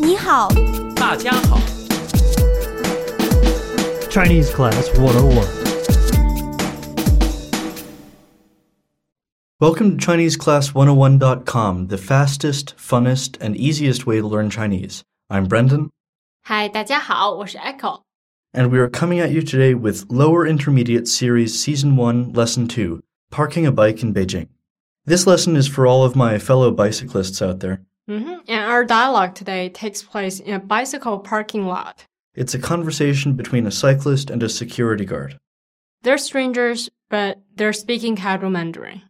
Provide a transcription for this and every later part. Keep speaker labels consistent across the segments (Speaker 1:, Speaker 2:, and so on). Speaker 1: 你好，
Speaker 2: 大家好，
Speaker 3: Chinese Class 101.
Speaker 4: Welcome to ChineseClass101.com, the fastest, funnest, and easiest way to learn Chinese. I'm Brendan,
Speaker 5: 嗨，大家好，我是 Echo。
Speaker 4: and we are coming at you today with Lower Intermediate Series Season 1, Lesson 2 Parking a Bike in Beijing. This lesson is for all of my fellow bicyclists out there.
Speaker 5: Mhm, And our dialogue today takes place in a bicycle parking lot.
Speaker 4: It's a conversation between a cyclist and a security guard.
Speaker 5: They're strangers, but they're speaking casual Mandarin.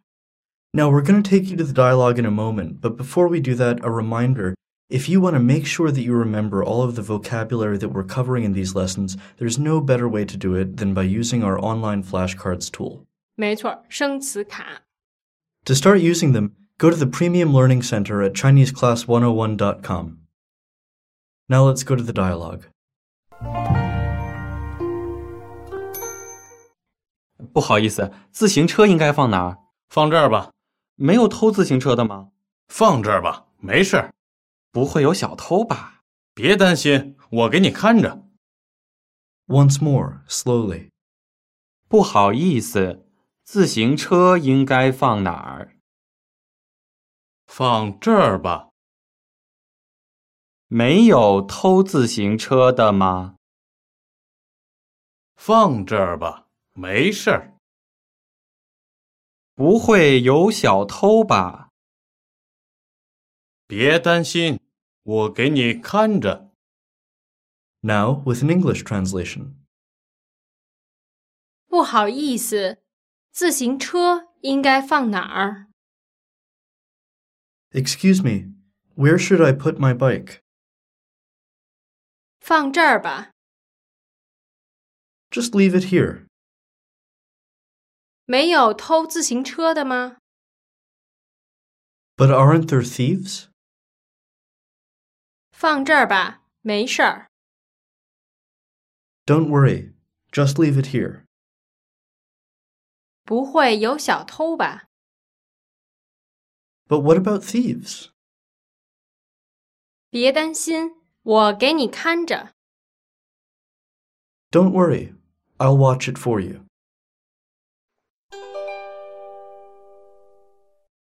Speaker 4: Now, we're going to take you to the dialogue in a moment, but before we do that, a reminder. If you want to make sure that you remember all of the vocabulary that we're covering in these lessons, there's no better way to do it than by using our online flashcards tool.
Speaker 5: 没错，生词卡。
Speaker 4: To start using them, go to the Premium Learning Center at ChineseClass101.com. Now let's go to the dialogue.
Speaker 2: 不好意思，自行车应该放哪儿？
Speaker 6: 放这儿吧，
Speaker 2: 没有偷自行车的吗？
Speaker 6: 放这儿吧，没事儿，
Speaker 2: 不会有小偷吧？
Speaker 6: 别担心，我给你看着。
Speaker 4: Once more, slowly.
Speaker 2: 不好意思，自行车应该放哪儿？
Speaker 6: 放这儿吧，
Speaker 2: 没有偷自行车的吗？
Speaker 6: 放这儿吧，没事儿，
Speaker 2: 不会有小偷吧？
Speaker 6: 别担心，我给你看着。
Speaker 4: Now with an English translation.
Speaker 5: 不好意思，自行车应该放哪儿？
Speaker 4: Excuse me, where should I put my bike?
Speaker 5: 放这儿吧，
Speaker 4: Just leave it here.
Speaker 5: 没有偷自行车的吗？
Speaker 4: But aren't there thieves?
Speaker 5: 放这儿吧，没事儿，
Speaker 4: Don't worry, just leave it here.
Speaker 5: 不会有小偷吧？
Speaker 4: But what about thieves?
Speaker 5: 别担心，我给你看着。
Speaker 4: Don't worry, I'll watch it for you.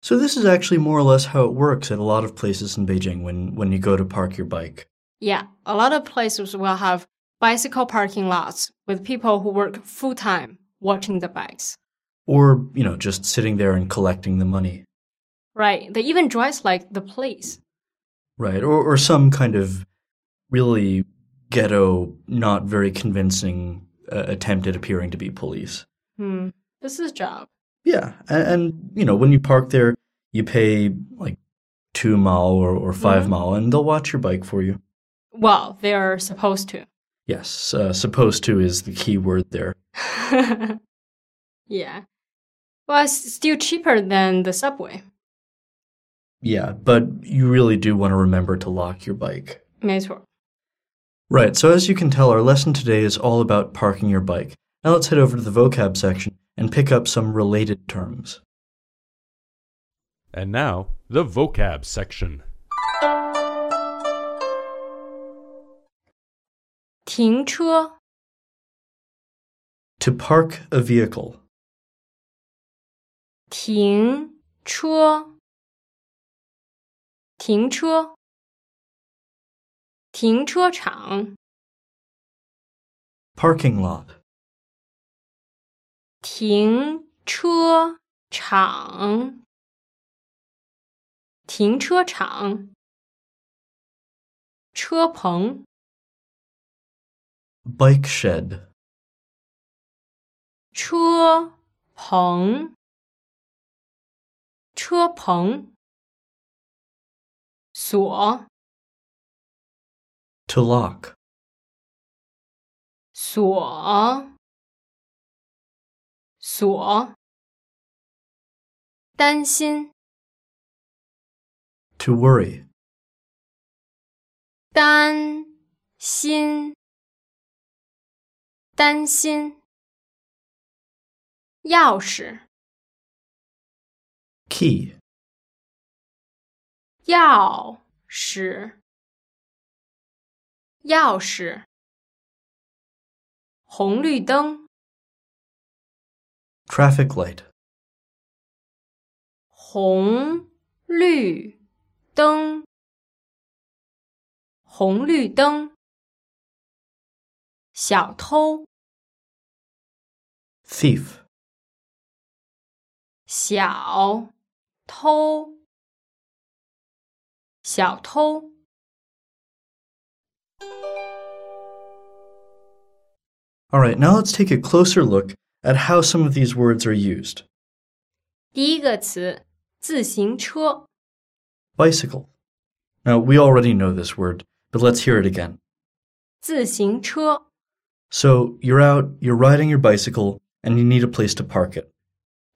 Speaker 4: So this is actually more or less how it works at a lot of places in Beijing when, when you go to park your bike.
Speaker 5: Yeah, a lot of places will have bicycle parking lots with people who work full time watching the bikes.
Speaker 4: Or, you know, just sitting there and collecting the money.
Speaker 5: Right. They even dress like the police.
Speaker 4: Right. Or or some kind of really ghetto, not very convincing uh, attempt at appearing to be police.
Speaker 5: Hmm. This is job.
Speaker 4: Yeah, and, and you know when you park there, you pay like two mile or, or 5 mile, and they'll watch your bike for you.
Speaker 5: Well, they are supposed to.
Speaker 4: Yes, uh, supposed to is the key word there.
Speaker 5: yeah. Well, it's still cheaper than the subway.
Speaker 4: Yeah, but you really do want to remember to lock your bike.
Speaker 5: 没错.
Speaker 4: Right. So as you can tell, our lesson today is all about parking your bike. Now let's head over to the vocab section and pick up some related terms.
Speaker 7: And now, the vocab section.
Speaker 5: 停车,
Speaker 4: To park a vehicle,
Speaker 5: 停车,停车,停车场,
Speaker 4: parking lot,
Speaker 5: 停车场，停车场，车棚，
Speaker 4: bike shed,
Speaker 5: 车棚，车棚，锁，
Speaker 4: to lock,
Speaker 5: 锁，锁，担心，
Speaker 4: to worry,
Speaker 5: 担心，担心。钥匙，
Speaker 4: key,
Speaker 5: 钥匙，钥匙，红绿灯，
Speaker 4: traffic light,
Speaker 5: 红绿灯，红绿灯，小偷，
Speaker 4: thief,
Speaker 5: 小偷，小偷，
Speaker 4: All right, now let's take a closer look at how some of these words are used.
Speaker 5: 第一个词，自行车，
Speaker 4: Bicycle. Now, we already know this word, but let's hear it again.
Speaker 5: 自行车，
Speaker 4: So, you're out, you're riding your bicycle, and you need a place to park it.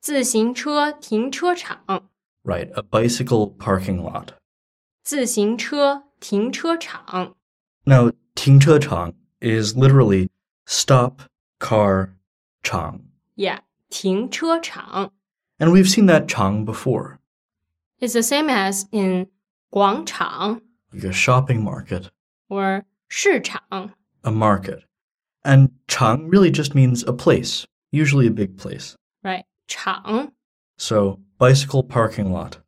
Speaker 5: 自行车停车场，
Speaker 4: Right, a bicycle parking lot.
Speaker 5: 自行车停车场，
Speaker 4: Now, 停车场 is literally stop car chang.
Speaker 5: 也停车场
Speaker 4: And we've seen that chang before,
Speaker 5: is the same as in 广场
Speaker 4: like a shopping market,
Speaker 5: or 市场。
Speaker 4: a market. And chang really just means a place, usually a big place.
Speaker 5: Right，场，
Speaker 4: So, bicycle parking lot.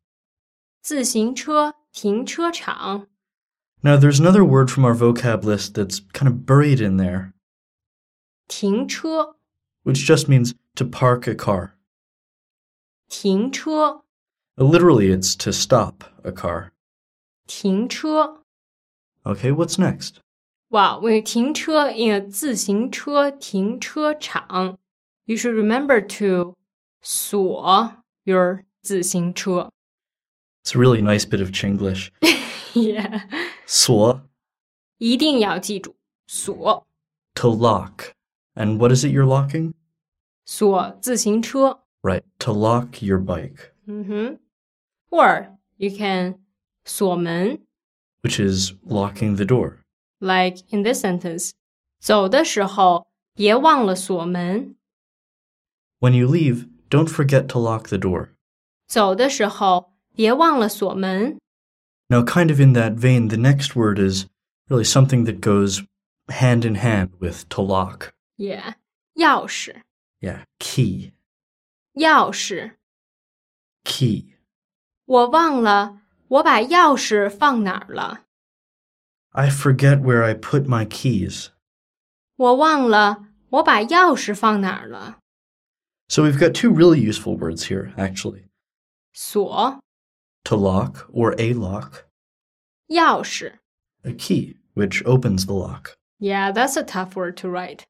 Speaker 5: 自行车停车场，
Speaker 4: Now, there's another word from our vocab list that's kind of buried in there,
Speaker 5: 停车，
Speaker 4: which just means to park a car. Uh,
Speaker 5: 停车，
Speaker 4: Literally, it's to stop a car.
Speaker 5: 停车。
Speaker 4: Okay, what's next?
Speaker 5: Wow, when you 停车 in a 自行车停车场，you should remember to 锁 your 自行车。
Speaker 4: It's a really nice bit of Chinglish.
Speaker 5: Yeah，
Speaker 4: Suo,
Speaker 5: 一定要记住锁
Speaker 4: to lock. And what is it you're locking?
Speaker 5: 锁自行车。
Speaker 4: Right, to lock your bike,
Speaker 5: Mm-hmm. Or you can 锁门,
Speaker 4: which is locking the door.
Speaker 5: like in this sentence. 走的时候别忘了锁门。
Speaker 4: When you leave, don't forget to lock the door.
Speaker 5: 走的时候别忘了锁门.
Speaker 4: Now, kind of in that vein, the next word is really something that goes hand in hand with to lock.
Speaker 5: Yeah. 钥匙,
Speaker 4: Yeah, key,
Speaker 5: 钥匙.
Speaker 4: key.
Speaker 5: 我忘了我把钥匙放哪儿了。
Speaker 4: I forget where I put my keys.
Speaker 5: 我忘了我把钥匙放哪儿了。
Speaker 4: So we've got two really useful words here, actually
Speaker 5: 锁,
Speaker 4: to lock or a lock,
Speaker 5: 钥匙.
Speaker 4: a key, which opens the lock.
Speaker 5: Yeah, that's a tough word to write.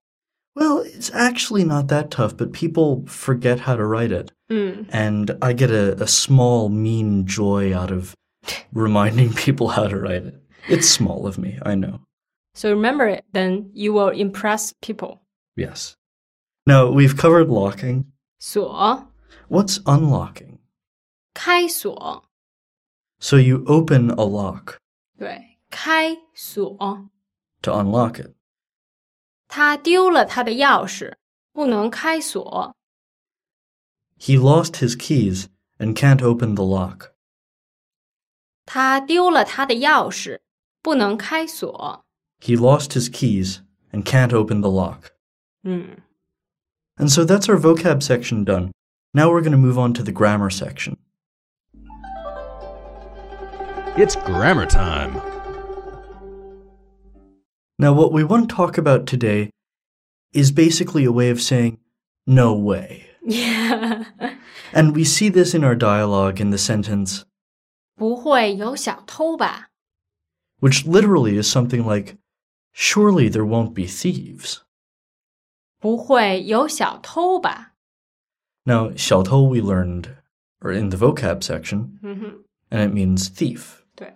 Speaker 4: Well, it's actually not that tough, but people forget how to write it.
Speaker 5: 嗯，
Speaker 4: And I get a, a small, mean joy out of reminding people how to write it. It's small of me, I know.
Speaker 5: So remember it, then you will impress people.
Speaker 4: Yes. Now, we've covered locking.
Speaker 5: 锁，
Speaker 4: What's unlocking?
Speaker 5: 开锁，
Speaker 4: So you open a lock
Speaker 5: 对，开锁。
Speaker 4: to unlock it.
Speaker 5: 他丢了他的钥匙，不能开锁。
Speaker 4: He lost his keys and can't open the lock.
Speaker 5: 他丢了他的钥匙，不能开锁。
Speaker 4: He lost his keys and can't open the lock.
Speaker 5: 嗯
Speaker 4: And so that's our vocab section done. Now we're going to move on to the grammar section.
Speaker 7: It's grammar time.
Speaker 4: Now, what we want to talk about today is basically a way of saying, no way.
Speaker 5: ，Yeah，
Speaker 4: And we see this in our dialogue in the sentence,
Speaker 5: 不会有小偷吧？
Speaker 4: which literally is something like, surely there won't be thieves.
Speaker 5: 不会有小偷吧？
Speaker 4: Now, 小偷 we learned, or in the vocab section,
Speaker 5: 嗯哼，
Speaker 4: and it means thief.
Speaker 5: 对，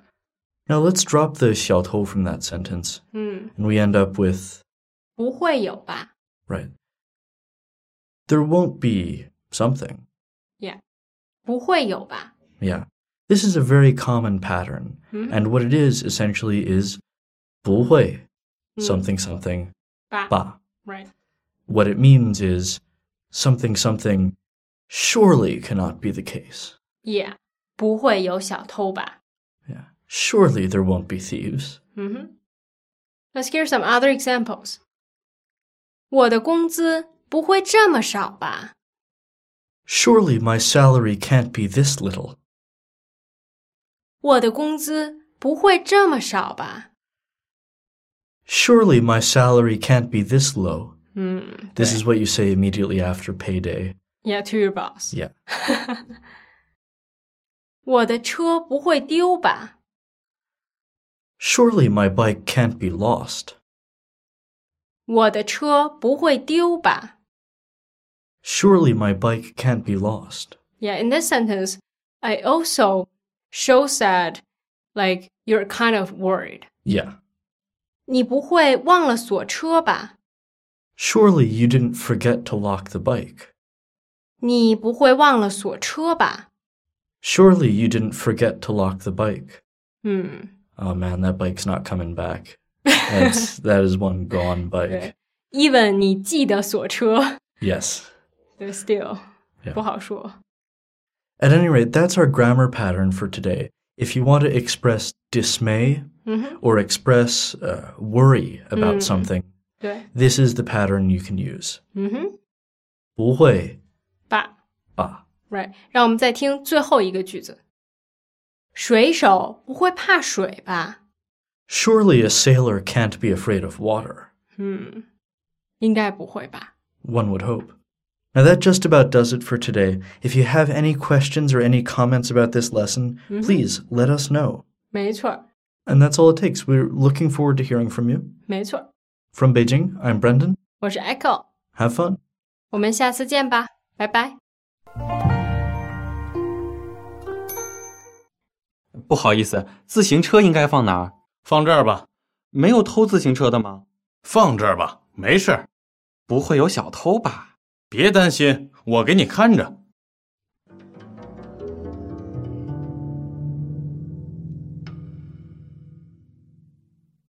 Speaker 4: Now let's drop the 小偷 from that sentence,
Speaker 5: 嗯，
Speaker 4: and we end up with
Speaker 5: 不会有吧
Speaker 4: right. There won't be something.
Speaker 5: ？Yeah，不会有吧？
Speaker 4: Yeah, this is a very common pattern,
Speaker 5: Mhm.
Speaker 4: and what it is essentially is 不会 something something
Speaker 5: 吧
Speaker 4: ba.
Speaker 5: ，Right，
Speaker 4: What it means is something something surely cannot be the case.
Speaker 5: Yeah，不会有小偷吧？
Speaker 4: Yeah, surely there won't be thieves.
Speaker 5: 嗯哼。 Let's hear some other examples. 我的工资不会这么少吧？
Speaker 4: Surely my salary can't be this little.
Speaker 5: 我的工资不会这么少吧？
Speaker 4: Surely my salary can't be this low.
Speaker 5: 嗯
Speaker 4: This is what you say immediately after payday.
Speaker 5: ，Yeah, to your boss.
Speaker 4: Yeah.
Speaker 5: 我的车不会丢吧？
Speaker 4: Surely my bike can't be lost.
Speaker 5: 我的车不会丢吧
Speaker 4: Surely my bike can't be lost.
Speaker 5: ？Yeah, in this sentence, I also shows that like you're kind of worried.
Speaker 4: Yeah.
Speaker 5: 你不会忘了锁车吧？
Speaker 4: Surely you didn't forget to lock the bike.
Speaker 5: 你不会忘了锁车吧？
Speaker 4: Surely you didn't forget to lock the bike.
Speaker 5: 嗯，
Speaker 4: Oh man, that bike's not coming back. That's that is one gone bike.
Speaker 5: 对，even 你记得锁车
Speaker 4: Yes.
Speaker 5: ，but still
Speaker 4: Yeah.
Speaker 5: 不好说。
Speaker 4: At any rate, that's our grammar pattern for today. If you want to express dismay
Speaker 5: 嗯哼，
Speaker 4: or express uh, worry
Speaker 5: Mm.
Speaker 4: about something,
Speaker 5: 对，
Speaker 4: this is the pattern you can use.
Speaker 5: 嗯哼，
Speaker 4: 不会吧.
Speaker 5: 爸，right，让我们再听最后一个句子。水手不会怕水吧？
Speaker 4: Surely a sailor can't be afraid of water.
Speaker 5: 嗯，应该不会吧？
Speaker 4: One would hope. Now, that just about does it for today. If you have any questions or any comments about this lesson,
Speaker 5: Mhm.
Speaker 4: please let us know.
Speaker 5: 没错儿，
Speaker 4: And that's all it takes. We're looking forward to hearing from you.
Speaker 5: 没错儿，
Speaker 4: From Beijing, I'm Brendan.
Speaker 5: 我是 Echo，
Speaker 4: Have fun.
Speaker 5: 我们下次见吧，拜拜。
Speaker 2: 不好意思，自行车应该放哪儿？
Speaker 6: 放这儿吧，
Speaker 2: 没有偷自行车的吗？
Speaker 6: 放这儿吧，没事儿，
Speaker 2: 不会有小偷吧？
Speaker 6: 别担心，我给你看着。